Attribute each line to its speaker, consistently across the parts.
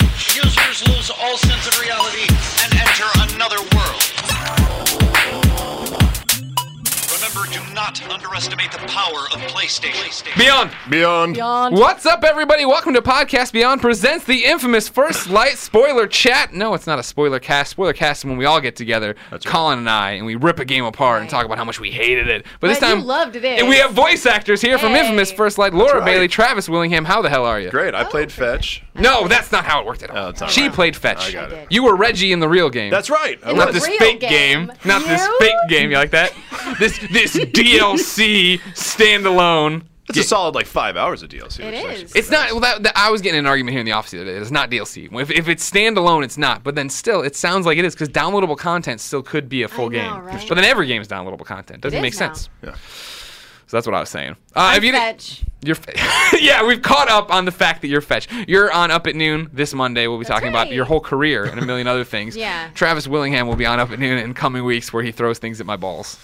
Speaker 1: Users lose all sense of reality and enter another world. Remember, do not underestimate the power of PlayStation.
Speaker 2: Beyond.
Speaker 3: Beyond.
Speaker 4: Beyond.
Speaker 2: What's up, everybody? Welcome to Podcast Beyond presents the infamous First Light spoiler chat. No, it's not a spoiler cast. Spoiler cast is when we all get together, Colin and I, and we rip a game apart and talk about how much we hated it. But this
Speaker 4: But you
Speaker 2: time,
Speaker 4: loved it.
Speaker 2: And we have voice actors here from
Speaker 4: Hey.
Speaker 2: Infamous First Light: Laura
Speaker 3: right.
Speaker 2: Bailey, Travis Willingham. How the hell are you?
Speaker 3: Great.
Speaker 4: Oh,
Speaker 3: I played fetch.
Speaker 2: No, that's not how it worked at all.
Speaker 3: Oh, it's all
Speaker 2: she
Speaker 3: right.
Speaker 2: played fetch.
Speaker 3: I got
Speaker 4: I it. did.
Speaker 2: You were Reggie in the real game.
Speaker 3: That's right. I
Speaker 2: Uh, Not
Speaker 4: The
Speaker 3: was.
Speaker 2: this
Speaker 4: real
Speaker 2: fake game.
Speaker 4: game.
Speaker 2: Not this
Speaker 4: You?
Speaker 2: fake game. You like that? this this DLC standalone.
Speaker 3: It's a solid like five hours of DLC.
Speaker 4: It
Speaker 3: which
Speaker 4: is.
Speaker 3: actually-
Speaker 2: It's not. Well, that, that- I was getting in an argument here in the office the other day. It's not DLC. If, if it's standalone, it's not. But then still, it sounds like it is because downloadable content still could be a full
Speaker 4: know,
Speaker 2: game.
Speaker 4: right?
Speaker 2: But then every game is downloadable content. Doesn't
Speaker 4: is
Speaker 2: make
Speaker 4: now.
Speaker 2: sense.
Speaker 3: Yeah.
Speaker 2: So that's what I was saying. Uh,
Speaker 4: I'm
Speaker 2: if you di-
Speaker 4: fetch.
Speaker 2: You're fe- yeah, we've caught up on the fact that you're fetch. You're on Up at Noon this Monday. We'll be talking about
Speaker 4: right.
Speaker 2: your whole career and a million other things.
Speaker 4: Yeah.
Speaker 2: Travis Willingham will be on Up at Noon in coming weeks where he throws things at my balls.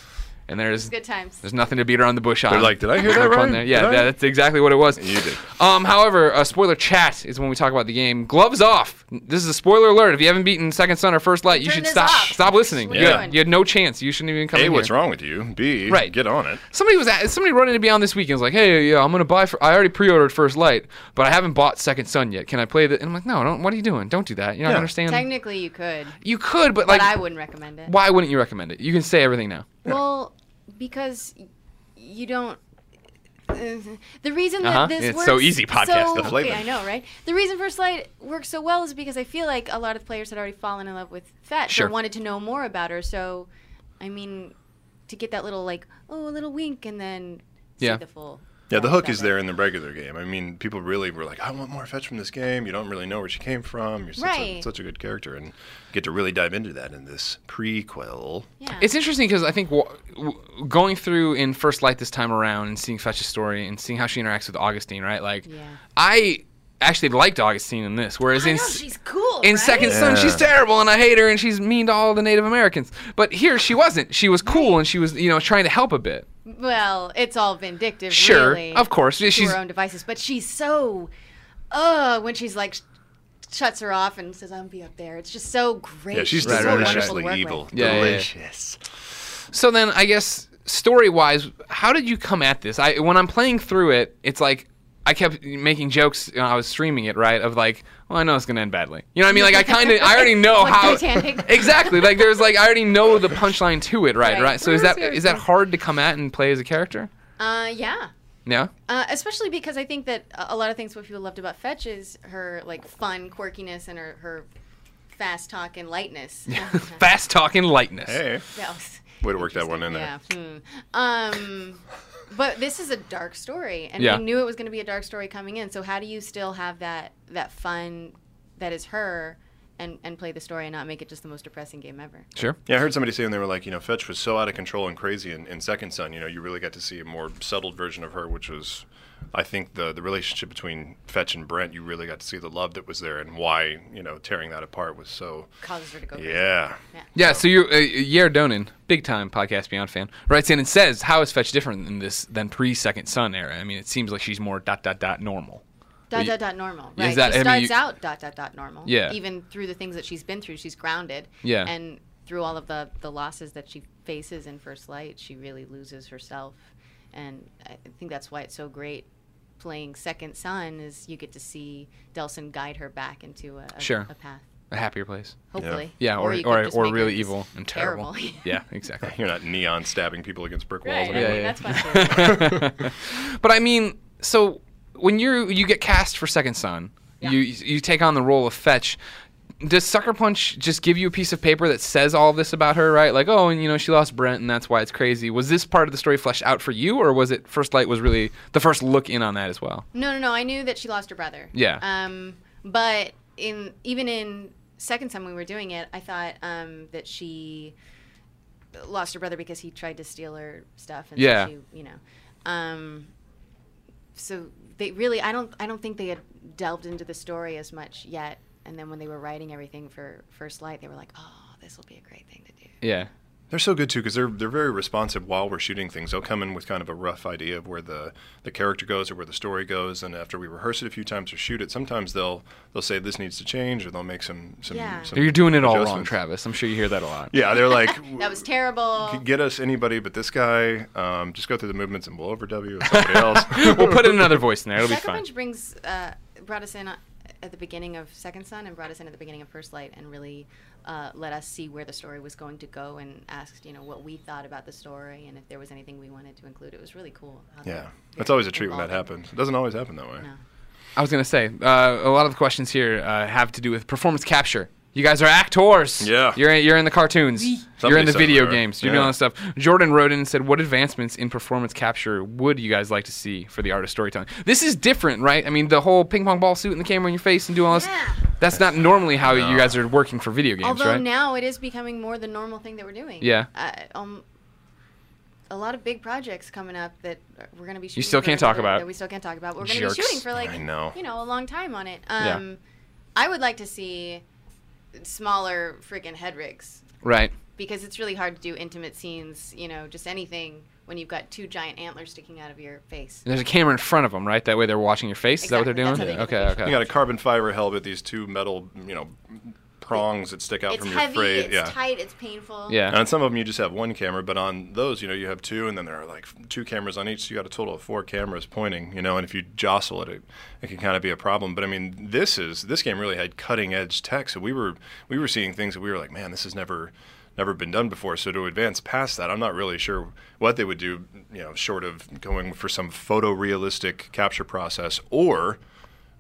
Speaker 2: And there's
Speaker 4: Good times.
Speaker 2: there's nothing to beat around the bush on.
Speaker 3: They're like, "Did I hear
Speaker 2: No
Speaker 3: that
Speaker 2: pun
Speaker 3: right?
Speaker 2: there. Yeah,
Speaker 3: Did I?"
Speaker 2: that- that's exactly what it was.
Speaker 3: You did.
Speaker 2: Um, however, uh, spoiler chat is when we talk about the game. Gloves off. This is a spoiler alert. If you haven't beaten Second Son or First Light, you
Speaker 4: Turn
Speaker 2: should
Speaker 4: this
Speaker 2: stop
Speaker 4: off.
Speaker 2: stop listening.
Speaker 4: What
Speaker 3: are you
Speaker 2: You, had,
Speaker 4: doing?
Speaker 2: you had no chance. You shouldn't even come
Speaker 3: A,
Speaker 2: in
Speaker 3: what's
Speaker 2: here.
Speaker 3: wrong with you? B,
Speaker 2: Right.
Speaker 3: get on it.
Speaker 2: Somebody was at, somebody running to be on this weekend was like, "Hey, yeah, I'm gonna buy. For, I already pre-ordered First Light, but I haven't bought Second Son yet. Can I play that?" And I'm like, "No, don't. What are you doing? Don't do that. You don't
Speaker 3: Yeah.
Speaker 2: understand.
Speaker 4: Technically, you could,
Speaker 2: you could, but
Speaker 4: but
Speaker 2: like,
Speaker 4: I wouldn't recommend it.
Speaker 2: why wouldn't you recommend it? You can say everything now.
Speaker 4: Well, because y- you don't. uh, The reason that
Speaker 2: Uh-huh.
Speaker 4: this
Speaker 2: It's
Speaker 4: works
Speaker 2: so easy podcast,
Speaker 4: so-
Speaker 2: the
Speaker 3: flavor.
Speaker 4: Yeah, I know, right? The reason First Light works so well is because I feel like a lot of players had already fallen in love with Fetch
Speaker 2: Sure.
Speaker 4: or wanted to know more about her. So, I mean, to get that little like oh, a little wink and then
Speaker 2: Yeah.
Speaker 4: see the full.
Speaker 3: Yeah, the
Speaker 4: breadth
Speaker 3: hook
Speaker 4: of
Speaker 3: is
Speaker 4: it.
Speaker 3: there in the regular game. I mean, people really were like, I want more fetch from this game. You don't really know where she came from. You're such, a,
Speaker 4: Right.
Speaker 3: such a good character and get to really dive into that in this prequel.
Speaker 4: Yeah.
Speaker 2: It's interesting because I think w- w- going through in First Light this time around and seeing Fetch's story and seeing how she interacts with Augustine, right? Like,
Speaker 4: Yeah.
Speaker 2: I actually liked Augustine in this, whereas
Speaker 4: I
Speaker 2: in
Speaker 4: know,
Speaker 2: s-
Speaker 4: she's cool.
Speaker 2: in
Speaker 4: right?
Speaker 2: Second Son, she's terrible and I hate her and she's mean to all the Native Americans. But here she wasn't. She was cool and she was, you know, trying to help a bit.
Speaker 4: Well, it's all vindictive.
Speaker 2: Sure,
Speaker 4: really,
Speaker 2: of course.
Speaker 4: to
Speaker 2: She's-
Speaker 4: her own devices, but she's so, uh, when she's like, sh- shuts her off and says, "I'm be up there." It's just so great.
Speaker 3: Yeah, she's
Speaker 4: so
Speaker 2: right, right,
Speaker 4: wonderful to
Speaker 3: deliciously
Speaker 4: work with.
Speaker 3: evil.
Speaker 2: Yeah, yeah, yeah.
Speaker 3: Delicious.
Speaker 2: So then I guess story-wise, how did you come at this? I when I'm playing through it, it's like I kept making jokes you know, I was streaming it, right? Of like, well, I know it's gonna end badly. You know what I mean? Like I kind of, I already know
Speaker 4: Like
Speaker 2: how.
Speaker 4: Titanic.
Speaker 2: Exactly. Like there's like I already know the punchline to it, right? Right.
Speaker 4: Right.
Speaker 2: So is that is that
Speaker 4: Seriously.
Speaker 2: hard to come at and play as a character?
Speaker 4: Uh, yeah.
Speaker 2: Yeah.
Speaker 4: Uh, especially because I think that a a lot of things what people loved about Fetch is her like fun quirkiness and her, her fast talk and lightness.
Speaker 2: Fast talking lightness.
Speaker 3: Hey.
Speaker 4: That was-
Speaker 3: Way to work that one in there.
Speaker 4: Yeah. hmm. Um, but this is a dark story, and
Speaker 2: Yeah.
Speaker 4: we knew it was going to be a dark story coming in. So how do you still have that that fun that is her, and and play the story and not make it just the most depressing game ever?
Speaker 2: Sure.
Speaker 3: Yeah, I heard somebody saying they were like, you know, Fetch was so out of control and crazy in, in Second Son. You know, you really got to see a more settled version of her, which was, I think, the the relationship between Fetch and Brent. You really got to see the love that was there and why, you know, tearing that apart was so.
Speaker 4: Causes her to go. Crazy.
Speaker 3: Yeah.
Speaker 2: Yeah, so you, uh, Yair Donan, big time podcast Beyond fan, writes in and says, "How is Fetch different in this than pre Second Son era? I mean, it seems like she's more dot dot dot normal."
Speaker 4: Dot dot dot normal.
Speaker 2: Yeah,
Speaker 4: Right.
Speaker 2: is that-
Speaker 4: she
Speaker 2: I mean,
Speaker 4: starts
Speaker 2: you-
Speaker 4: out dot dot dot normal.
Speaker 2: Yeah.
Speaker 4: Even through the things that she's been through, she's grounded.
Speaker 2: Yeah.
Speaker 4: And through all of the the losses that she faces in First Light, she really loses herself and I think that's why it's so great playing Second Son is you get to see Delson guide her back into a, a,
Speaker 2: Sure.
Speaker 4: a path.
Speaker 2: A happier place.
Speaker 4: Hopefully.
Speaker 2: Yeah, or
Speaker 4: you could
Speaker 2: or,
Speaker 4: just
Speaker 2: or,
Speaker 4: make her
Speaker 2: really
Speaker 4: just
Speaker 2: evil and terrible. yeah, exactly.
Speaker 3: You're not neon stabbing people against brick walls.
Speaker 4: Right.
Speaker 3: anymore.
Speaker 4: I mean,
Speaker 2: yeah.
Speaker 4: that's my favorite.
Speaker 2: But I mean, so when you you get cast for Second Son, you you take on the role of Fetch. Does Sucker Punch just give you a piece of paper that says all this about her, right? Like, oh, and you know, she lost Brent, and that's why it's crazy. Was this part of the story fleshed out for you, or was it First Light was really the first look in on that as well?
Speaker 4: No, no, no. I knew that she lost her brother.
Speaker 2: Yeah.
Speaker 4: Um, but in even in second time we were doing it, I thought um, that she lost her brother because he tried to steal her stuff, and so
Speaker 2: Yeah.
Speaker 4: she, you know. Um, so they really, I don't, I don't think they had delved into the story as much yet. And then when they were writing everything for First Light, they were like, "Oh, this will be a great thing to do."
Speaker 2: Yeah,
Speaker 3: They're so good too because they're they're very responsive while we're shooting things. They'll come in with kind of a rough idea of where the, the character goes or where the story goes, and after we rehearse it a few times or shoot it, sometimes they'll they'll say this needs to change or they'll make some some.
Speaker 4: Yeah.
Speaker 3: some
Speaker 2: you're doing it all wrong,
Speaker 3: adjustments.
Speaker 2: Travis. I'm sure you hear that a lot.
Speaker 3: Yeah, they're like
Speaker 4: That was terrible.
Speaker 3: "G- get us anybody but this guy. Um, just go through the movements and we'll overdub you with somebody else.
Speaker 2: we'll put in another voice in there. It'll be
Speaker 4: Sucker
Speaker 2: fun.
Speaker 4: Punch brings uh, brought us in uh, at the beginning of Second Son and brought us in at the beginning of First Light and really uh, let us see where the story was going to go and asked you know what we thought about the story and if there was anything we wanted to include. It was really cool. how they-
Speaker 3: yeah,
Speaker 4: they
Speaker 3: that's always a treat when that
Speaker 4: involved it.
Speaker 3: happens. It doesn't always happen that way.
Speaker 4: No.
Speaker 2: I was gonna say uh, a lot of the questions here uh, have to do with performance capture. You guys are actors.
Speaker 3: Yeah.
Speaker 2: You're in, you're in the cartoons. You're in
Speaker 3: Somebody
Speaker 2: the
Speaker 3: said
Speaker 2: video
Speaker 3: we are.
Speaker 2: games. You're doing
Speaker 3: Yeah.
Speaker 2: all that stuff. Jordan Roden said, "What advancements in performance capture would you guys like to see for the art of storytelling?" This is different, right? I mean, the whole ping pong ball suit and the camera in your face and doing all this.
Speaker 4: Yeah.
Speaker 2: That's not normally how you guys are working for video games,
Speaker 4: Although
Speaker 2: right?
Speaker 4: now it is becoming more the normal thing that we're doing.
Speaker 2: Yeah.
Speaker 4: Uh, um, a lot of big projects coming up that we're going to be. Shooting
Speaker 2: still
Speaker 4: for
Speaker 2: can't talk
Speaker 4: another-
Speaker 2: about.
Speaker 4: That we still can't talk about. We're going to be
Speaker 2: Jerks.
Speaker 4: shooting for like
Speaker 3: I know.
Speaker 4: you know a long time on it.
Speaker 2: Yeah.
Speaker 4: Um, I would like to see smaller freaking head rigs
Speaker 2: right.
Speaker 4: because it's really hard to do intimate scenes. You know, just anything when you've got two giant antlers sticking out of your face.
Speaker 2: And there's a camera in front of them, right? That way they're watching your face. Is that what they're
Speaker 4: Exactly.
Speaker 2: doing?
Speaker 4: That's how they get
Speaker 2: Okay.
Speaker 4: the
Speaker 3: You
Speaker 2: Okay.
Speaker 3: got a carbon fiber helmet, these two metal you know prongs that stick out
Speaker 4: It's
Speaker 3: from
Speaker 4: heavy.
Speaker 3: your face.
Speaker 4: It's
Speaker 3: yeah.
Speaker 4: tight. It's painful.
Speaker 2: Yeah.
Speaker 3: And on some of them, you just have one camera, but on those, you know, you have two, and then there are like two cameras on each, so you got a total of four cameras pointing, you know. And if you jostle it, it, it can kind of be a problem. But I mean, this is this game really had cutting edge tech, so we were we were seeing things that we were like, man, this has never never been done before. So to advance past that, I'm not really sure what they would do, you know, short of going for some photorealistic capture process or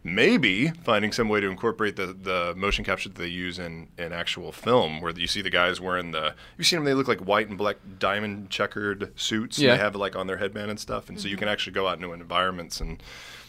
Speaker 3: maybe finding some way to incorporate the, the motion capture that they use in, in actual film where you see the guys wearing the you've seen them they look like white and black diamond checkered suits and
Speaker 2: Yeah. Mm-hmm.
Speaker 3: they have it like on their headband and stuff and so you can actually go out into environments and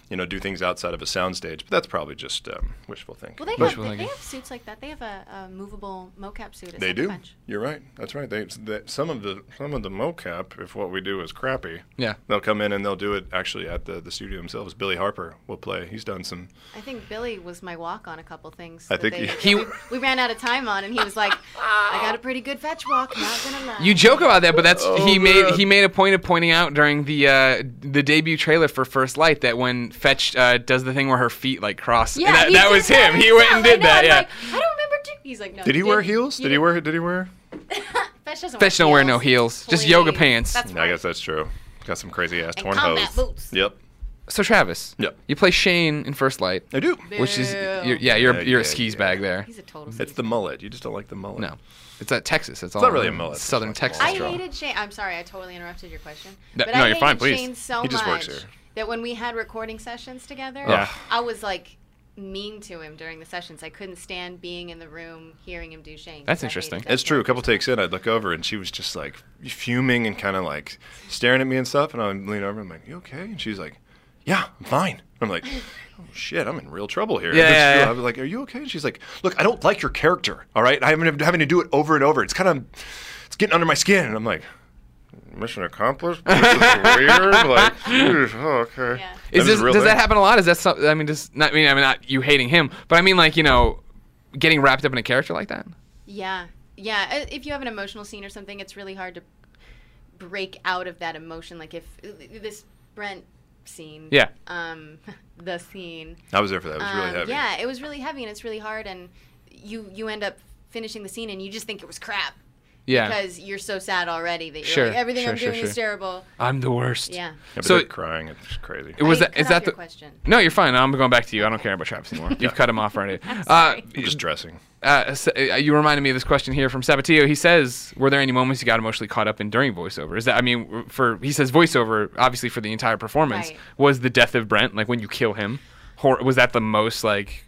Speaker 3: you know do things outside of a soundstage but that's probably just um, wishful thinking
Speaker 4: Well, they
Speaker 2: Much
Speaker 4: have,
Speaker 2: more like
Speaker 4: they
Speaker 2: it.
Speaker 4: have suits like that. They have a, a movable mocap suit. at
Speaker 3: they
Speaker 4: Sucker
Speaker 3: do
Speaker 4: Punch.
Speaker 3: you're right that's right they, that some of the some of the mocap if what we do is crappy
Speaker 2: Yeah.
Speaker 3: they'll come in and they'll do it actually at the, the studio themselves billy harper will play he's done some
Speaker 4: I think Billy was my walk on a couple things.
Speaker 3: I
Speaker 4: that
Speaker 3: think
Speaker 4: they-
Speaker 3: you-
Speaker 4: that
Speaker 2: He-
Speaker 4: we, we ran out of time on, and he was like, "I got a pretty good fetch walk. Not gonna lie."
Speaker 2: You joke about that, but that's he made
Speaker 3: Oh, man.
Speaker 2: he made a point of pointing out during the uh, the debut trailer for First Light that when Fetch uh, does the thing where her feet like cross, and that,
Speaker 4: he
Speaker 2: that
Speaker 4: did
Speaker 2: was him. He
Speaker 4: himself.
Speaker 2: went and
Speaker 4: I
Speaker 2: did
Speaker 4: know.
Speaker 2: that.
Speaker 4: I'm
Speaker 2: yeah,
Speaker 4: like, I don't remember. To. He's like, "No."
Speaker 3: did he wear
Speaker 4: didn't.
Speaker 3: heels did he wear did he wear
Speaker 4: Fetch doesn't.
Speaker 2: Fetch
Speaker 4: wear
Speaker 2: don't wear no heels, just yoga
Speaker 4: Please.
Speaker 2: pants.
Speaker 4: That's
Speaker 3: I
Speaker 4: right.
Speaker 3: guess that's true. Got some crazy ass
Speaker 4: And
Speaker 3: torn
Speaker 4: combat
Speaker 3: hose.
Speaker 4: boots.
Speaker 3: Yep.
Speaker 2: so Travis,
Speaker 3: Yep.
Speaker 2: you play Shane in First Light,
Speaker 3: I do.
Speaker 2: which is
Speaker 4: Boo.
Speaker 2: you're, yeah, you're
Speaker 3: Yeah,
Speaker 2: you're a
Speaker 3: yeah,
Speaker 2: skis
Speaker 3: yeah.
Speaker 2: bag there.
Speaker 4: He's a total.
Speaker 3: It's the mullet. You just don't like the mullet.
Speaker 2: No, it's at Texas. It's, all
Speaker 3: not really a mullet, it's
Speaker 2: Southern
Speaker 3: like a
Speaker 2: Texas.
Speaker 4: I
Speaker 3: straw.
Speaker 4: hated Shane. I'm sorry, I totally interrupted your question.
Speaker 2: No-
Speaker 4: but
Speaker 2: no,
Speaker 4: I
Speaker 2: you're fine,
Speaker 4: hated
Speaker 2: please.
Speaker 4: Shane so
Speaker 3: He just
Speaker 4: much
Speaker 3: works here.
Speaker 4: that when we had recording sessions together,
Speaker 2: Yeah.
Speaker 4: I was like mean to him during the sessions. I couldn't stand being in the room hearing him do Shane. 'cause
Speaker 2: That's
Speaker 4: I
Speaker 2: interesting.
Speaker 4: hated that
Speaker 3: It's true. A
Speaker 4: so
Speaker 3: couple takes in, I'd look over and she was just like fuming and kind of like staring at me and stuff. And I'm leaning over and I'm like, You okay? And she's like, Yeah, I'm fine. I'm like, Oh shit, I'm in real trouble here.
Speaker 2: Yeah,
Speaker 3: This-
Speaker 2: yeah, yeah.
Speaker 3: I was like, Are you okay? And she's like, Look, I don't like your character. All right. I'm having to do it over and over. It's kind of, it's getting under my skin. And I'm like, Mission accomplished? This is weird. Like, geez, oh, okay.
Speaker 4: Yeah.
Speaker 2: Is
Speaker 3: That was
Speaker 2: this,
Speaker 3: a real
Speaker 2: does that
Speaker 3: thing.
Speaker 2: happen a lot? Is that something? I mean, just not I mean I mean not you hating him, but I mean like you know, getting wrapped up in a character like that.
Speaker 4: Yeah, yeah. i- If you have an emotional scene or something, it's really hard to break out of that emotion. Like if uh, this Brent scene.
Speaker 2: Yeah.
Speaker 4: Um, the scene.
Speaker 3: I was there for that. It was really
Speaker 4: Um,
Speaker 3: heavy.
Speaker 4: Yeah, it was really heavy and it's really hard, and you you end up finishing the scene and you just think it was crap,
Speaker 2: Yeah.
Speaker 4: Because you're so sad already that you're
Speaker 2: Sure,
Speaker 4: like, everything
Speaker 2: sure,
Speaker 4: I'm
Speaker 2: sure,
Speaker 4: doing is
Speaker 2: sure.
Speaker 4: terrible.
Speaker 2: I'm the worst.
Speaker 4: Yeah.
Speaker 3: but
Speaker 2: So-
Speaker 3: they're crying. It's crazy.
Speaker 2: It was
Speaker 4: I
Speaker 2: that. Is
Speaker 4: cut
Speaker 2: that
Speaker 4: off
Speaker 2: the
Speaker 4: your question?
Speaker 2: No, you're fine. I'm going back to you. I don't care about Travis anymore. You've cut him off already.
Speaker 4: sorry.
Speaker 2: Uh,
Speaker 3: Just dressing.
Speaker 2: uh, s- uh, you reminded me of this question here from Sabatillo. He says, "Were there any moments you got emotionally caught up in during voiceover?" Is that I mean, for he says voiceover obviously for the entire performance
Speaker 4: Right.
Speaker 2: was the death of Brent, like when you kill him, hor- was that the most like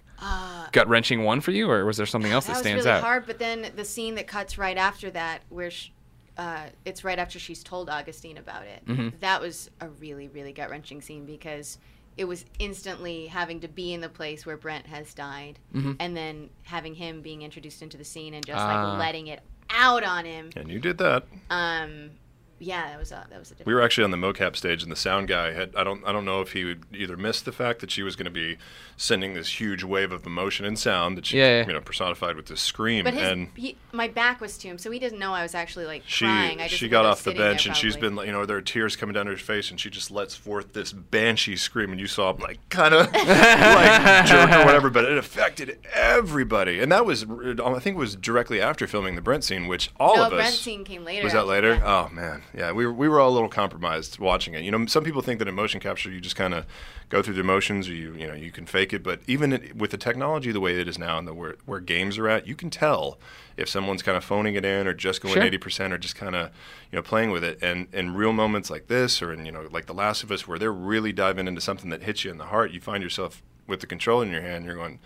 Speaker 2: gut wrenching one for you, or was there something else that,
Speaker 4: Uh, That was
Speaker 2: stands
Speaker 4: really
Speaker 2: out?
Speaker 4: hard. But then the scene that cuts right after that, where sh uh, it's right after she's told Augustine about it,
Speaker 3: Mm-hmm.
Speaker 4: that was a really, really gut wrenching scene because it was instantly having to be in the place where Brent has died,
Speaker 3: Mm-hmm.
Speaker 4: and then having him being introduced into the scene and just
Speaker 2: Ah.
Speaker 4: like letting it out on him.
Speaker 3: And you did that.
Speaker 4: Um, yeah, that was a that was a. Different
Speaker 3: We were actually on the mocap stage, and the sound guy had I don't I don't know if he would either miss the fact that she was going to be sending this huge wave of emotion and sound that she
Speaker 2: Yeah, yeah.
Speaker 3: you know personified with this scream,
Speaker 4: But his,
Speaker 3: and
Speaker 4: he, my back was to him, so he didn't know I was actually like
Speaker 3: she
Speaker 4: crying. I just
Speaker 3: she
Speaker 4: think
Speaker 3: got
Speaker 4: I was
Speaker 3: off the
Speaker 4: sitting there
Speaker 3: bench, and she's
Speaker 4: probably.
Speaker 3: been like, you know there are tears coming down her face, and she just lets forth this banshee scream, and you saw him like kind of like jerk or whatever, but it affected everybody, and that was I think it was directly after filming the Brent scene, which all
Speaker 4: No,
Speaker 3: of us
Speaker 4: Brent scene came later.
Speaker 3: was that
Speaker 4: after
Speaker 3: later? Oh man, yeah. We were, we were all a little compromised watching it. You know, some people think that in motion capture you just kind of go through the motions, or you you know you can fake it. But even it, with the technology the way it is now and the where where games are at, you can tell if someone's kind of phoning it in or just going
Speaker 2: Sure.
Speaker 3: eighty percent or just kind of you know playing with it. And in real moments like this, or in you know like The Last of Us, where they're really diving into something that hits you in the heart, you find yourself with the controller in your hand, you're going.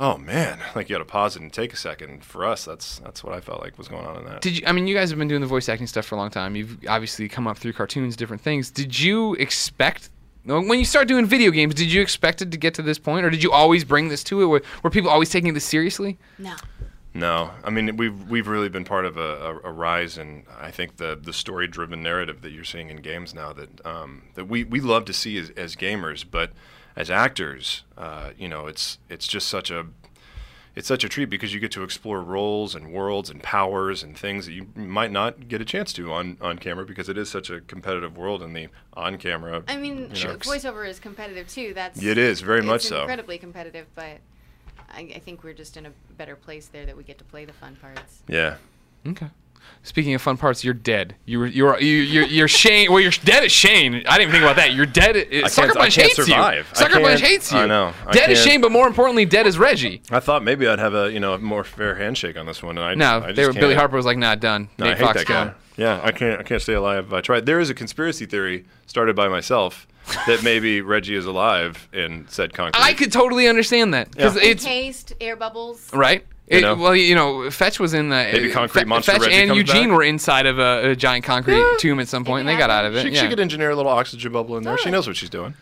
Speaker 3: Oh man! Like you got to pause it and take a second. For us, that's that's what I felt like was going on in that.
Speaker 2: Did you? I mean, you guys have been doing the voice acting stuff for a long time. You've obviously come up through cartoons, different things. Did you expect? When you start doing video games, did you expect it to get to this point, or did you always bring this to it? Were, were people always taking this seriously?
Speaker 4: No.
Speaker 3: No, I mean we've we've really been part of a, a, a rise in I think the the story driven narrative that you're seeing in games now that um, that we, we love to see as, as gamers, but as actors, uh, you know it's it's just such a it's such a treat because you get to explore roles and worlds and powers and things that you might not get a chance to on, on camera because it is such a competitive world in the on camera.
Speaker 4: I mean,
Speaker 3: you know,
Speaker 4: voiceover is competitive too. That's
Speaker 3: It is, very
Speaker 4: it's
Speaker 3: much so.
Speaker 4: Incredibly competitive, but I, I think we're just in a better place there that we get to play the fun parts.
Speaker 3: yeah.
Speaker 2: Okay. Speaking of fun parts, you're dead. You were, you're, you, you're, you're Shane. Well, you're dead as Shane. I didn't even think about that. You're dead. I
Speaker 3: can't-
Speaker 2: Sucker
Speaker 3: I
Speaker 2: Punch
Speaker 3: can't
Speaker 2: hates
Speaker 3: survive.
Speaker 2: you.
Speaker 3: I
Speaker 2: Sucker Punch
Speaker 3: can't-
Speaker 2: hates you.
Speaker 3: I know. I
Speaker 2: dead as
Speaker 3: can't-
Speaker 2: Shane, but more importantly, dead as Reggie.
Speaker 3: I thought maybe I'd have a you know a more fair handshake on this one. And I,
Speaker 2: No,
Speaker 3: I just
Speaker 2: they were, Billy
Speaker 3: can't.
Speaker 2: Harper was like, nah, done.
Speaker 3: No,
Speaker 2: Nate
Speaker 3: I hate
Speaker 2: Fox
Speaker 3: that guy.
Speaker 2: gone.
Speaker 3: Yeah, I can't. I can't stay alive. if I tried. There is a conspiracy theory started by myself that maybe Reggie is alive in said concrete.
Speaker 2: I could totally understand that because
Speaker 3: Yeah.
Speaker 2: it's
Speaker 4: Taste air bubbles.
Speaker 2: right.
Speaker 3: You
Speaker 2: It-
Speaker 3: know?
Speaker 2: Well, you know, Fetch was in the
Speaker 3: Maybe Concrete Monster
Speaker 2: Fetch
Speaker 3: Reggie
Speaker 2: and
Speaker 3: comes
Speaker 2: Eugene
Speaker 3: back.
Speaker 2: were inside of a, a giant concrete tomb at some point, and they got out of it.
Speaker 3: She,
Speaker 2: yeah.
Speaker 3: she could engineer a little oxygen bubble in there. She
Speaker 4: Totally.
Speaker 3: knows what she's doing.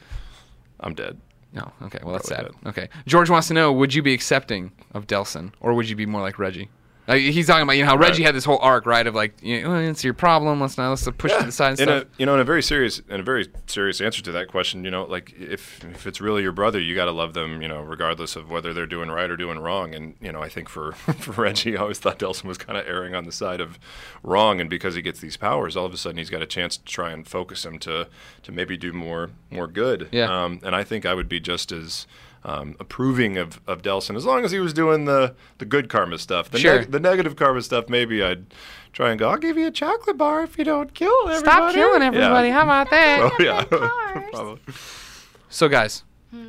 Speaker 3: I'm dead.
Speaker 2: no, okay, well that's sad.
Speaker 3: Probably
Speaker 2: Okay, George wants to know: Would you be accepting of Delson, or would you be more like Reggie? Like, he's talking about you know how Reggie had this whole arc, right? Of like, you know, "Oh, it's your problem. Let's not let's push it to the side and
Speaker 3: in
Speaker 2: stuff.
Speaker 3: a you know in a very serious in a very serious answer to that question, you know, like if if it's really your brother, you got to love them, you know, regardless of whether they're doing right or doing wrong. And you know, I think for for Reggie, I always thought Delson was kind of erring on the side of wrong, and because he gets these powers, all of a sudden he's got a chance to try and focus him to to maybe do more more good.
Speaker 2: Yeah.
Speaker 3: Um, and I think I would be just as um, approving of, of Delson as long as he was doing the, the good karma stuff. The
Speaker 2: Sure.
Speaker 3: the negative karma stuff, maybe I'd try and go, I'll give you a chocolate bar if you don't kill everybody.
Speaker 2: Stop killing everybody. How about that?
Speaker 3: Oh, yeah.
Speaker 4: cars.
Speaker 3: Probably.
Speaker 2: So, guys,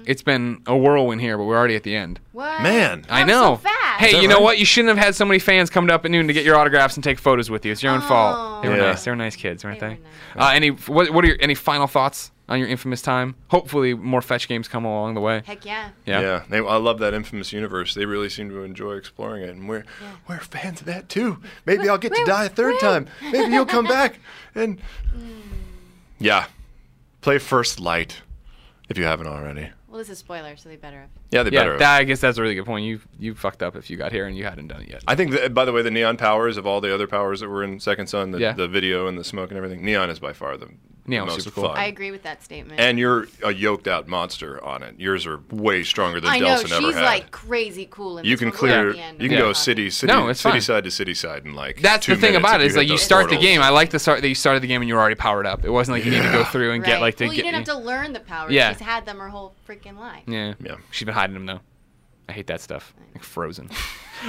Speaker 2: it's been a whirlwind here, but we're already at the end.
Speaker 4: What?
Speaker 3: Man.
Speaker 2: I
Speaker 4: I'm
Speaker 2: know.
Speaker 4: so fast.
Speaker 2: Hey,
Speaker 4: Is
Speaker 2: you
Speaker 3: that
Speaker 2: know
Speaker 3: right?
Speaker 2: what? You shouldn't have had so many fans coming up at noon to get your autographs and take photos with you. It's your own fault. They were
Speaker 3: Yeah.
Speaker 2: nice. They were nice kids, weren't
Speaker 4: Oh. They
Speaker 2: they?
Speaker 4: were
Speaker 2: Uh, any what, what are your any final thoughts on your infamous time? Hopefully, more fetch games come along the way.
Speaker 4: Heck yeah.
Speaker 2: Yeah.
Speaker 3: Yeah, they, I love that infamous universe. They really seem to enjoy exploring it, and we're we're fans of that too. Maybe I'll get to
Speaker 4: Woo,
Speaker 3: die a third
Speaker 4: woo.
Speaker 3: time. Maybe you'll come back. And
Speaker 2: Hmm.
Speaker 3: yeah, play First Light if you haven't already.
Speaker 4: Well, this is spoiler, so they better have.
Speaker 3: Yeah, they
Speaker 2: Yeah,
Speaker 3: better.
Speaker 2: that, I guess that's a really good point. You you fucked up if you got here and you hadn't done it yet.
Speaker 3: I think, that, by the way, the neon powers of all the other powers that were in Second Son, the,
Speaker 2: Yeah.
Speaker 3: the video and the smoke and everything, neon is by far the
Speaker 2: Neon's
Speaker 3: most
Speaker 2: super cool.
Speaker 3: fun.
Speaker 4: I agree with that statement.
Speaker 3: Um, And you're a yoked out monster on it. Yours are way stronger than
Speaker 4: I know
Speaker 3: Delson
Speaker 4: she's
Speaker 3: ever had.
Speaker 4: like crazy cool. In
Speaker 3: you
Speaker 4: this
Speaker 3: can
Speaker 4: one. We're at
Speaker 3: clear,
Speaker 4: the end.
Speaker 3: you can
Speaker 2: Yeah.
Speaker 3: go city, city,
Speaker 2: No, it's
Speaker 3: city
Speaker 2: fine.
Speaker 3: side to city side in like.
Speaker 2: That's
Speaker 3: two
Speaker 2: the thing
Speaker 3: minutes
Speaker 2: about it
Speaker 3: if
Speaker 2: is like
Speaker 3: hit
Speaker 2: you
Speaker 3: those
Speaker 2: start the
Speaker 3: portals.
Speaker 2: game. I like the start that you started the game and you were already powered up. It wasn't like you need to go through and
Speaker 4: Right.
Speaker 2: get like to
Speaker 4: well, you
Speaker 2: get.
Speaker 4: didn't have to learn the power.
Speaker 2: Yeah.
Speaker 4: She's had them her whole freaking life.
Speaker 2: yeah.
Speaker 3: Yeah.
Speaker 2: She's been hiding them though. I hate that stuff. Like frozen.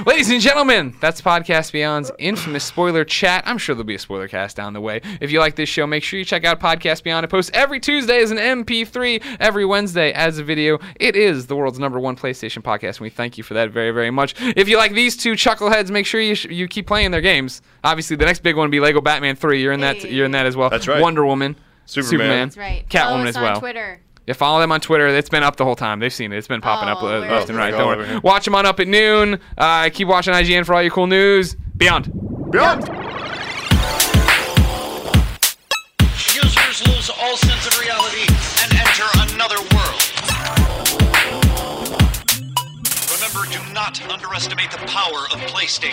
Speaker 2: Ladies and gentlemen, that's Podcast Beyond's infamous spoiler chat. I'm sure there'll be a spoiler cast down the way. If you like this show, make sure you check out Podcast Beyond. It posts every Tuesday as an MP3, every Wednesday as a video. It is the world's number one PlayStation podcast, and we thank you for that very, very much. If you like these two chuckleheads, make sure you, sh- you keep playing their games. Obviously, the next big one will be Lego Batman 3. You're in that.
Speaker 4: Hey.
Speaker 2: You're in that as well.
Speaker 3: That's right.
Speaker 2: Wonder Woman.
Speaker 3: Superman.
Speaker 4: That's right. Follow
Speaker 2: Catwoman
Speaker 4: us
Speaker 2: as
Speaker 4: on
Speaker 2: well.
Speaker 4: Twitter.
Speaker 2: Yeah, follow them on Twitter. It's been up the whole time. They've seen it. It's been popping up
Speaker 4: Oh,
Speaker 2: uh,
Speaker 4: where
Speaker 2: left
Speaker 4: is
Speaker 2: and
Speaker 4: it?
Speaker 2: right.
Speaker 3: Oh,
Speaker 2: Don't
Speaker 3: over
Speaker 2: worry.
Speaker 3: here.
Speaker 2: Watch them on up at noon. Uh, keep watching IGN for all your cool news. Beyond.
Speaker 3: Beyond.
Speaker 1: Users lose all sense of reality and enter another world. Remember, do not underestimate the power of PlayStation.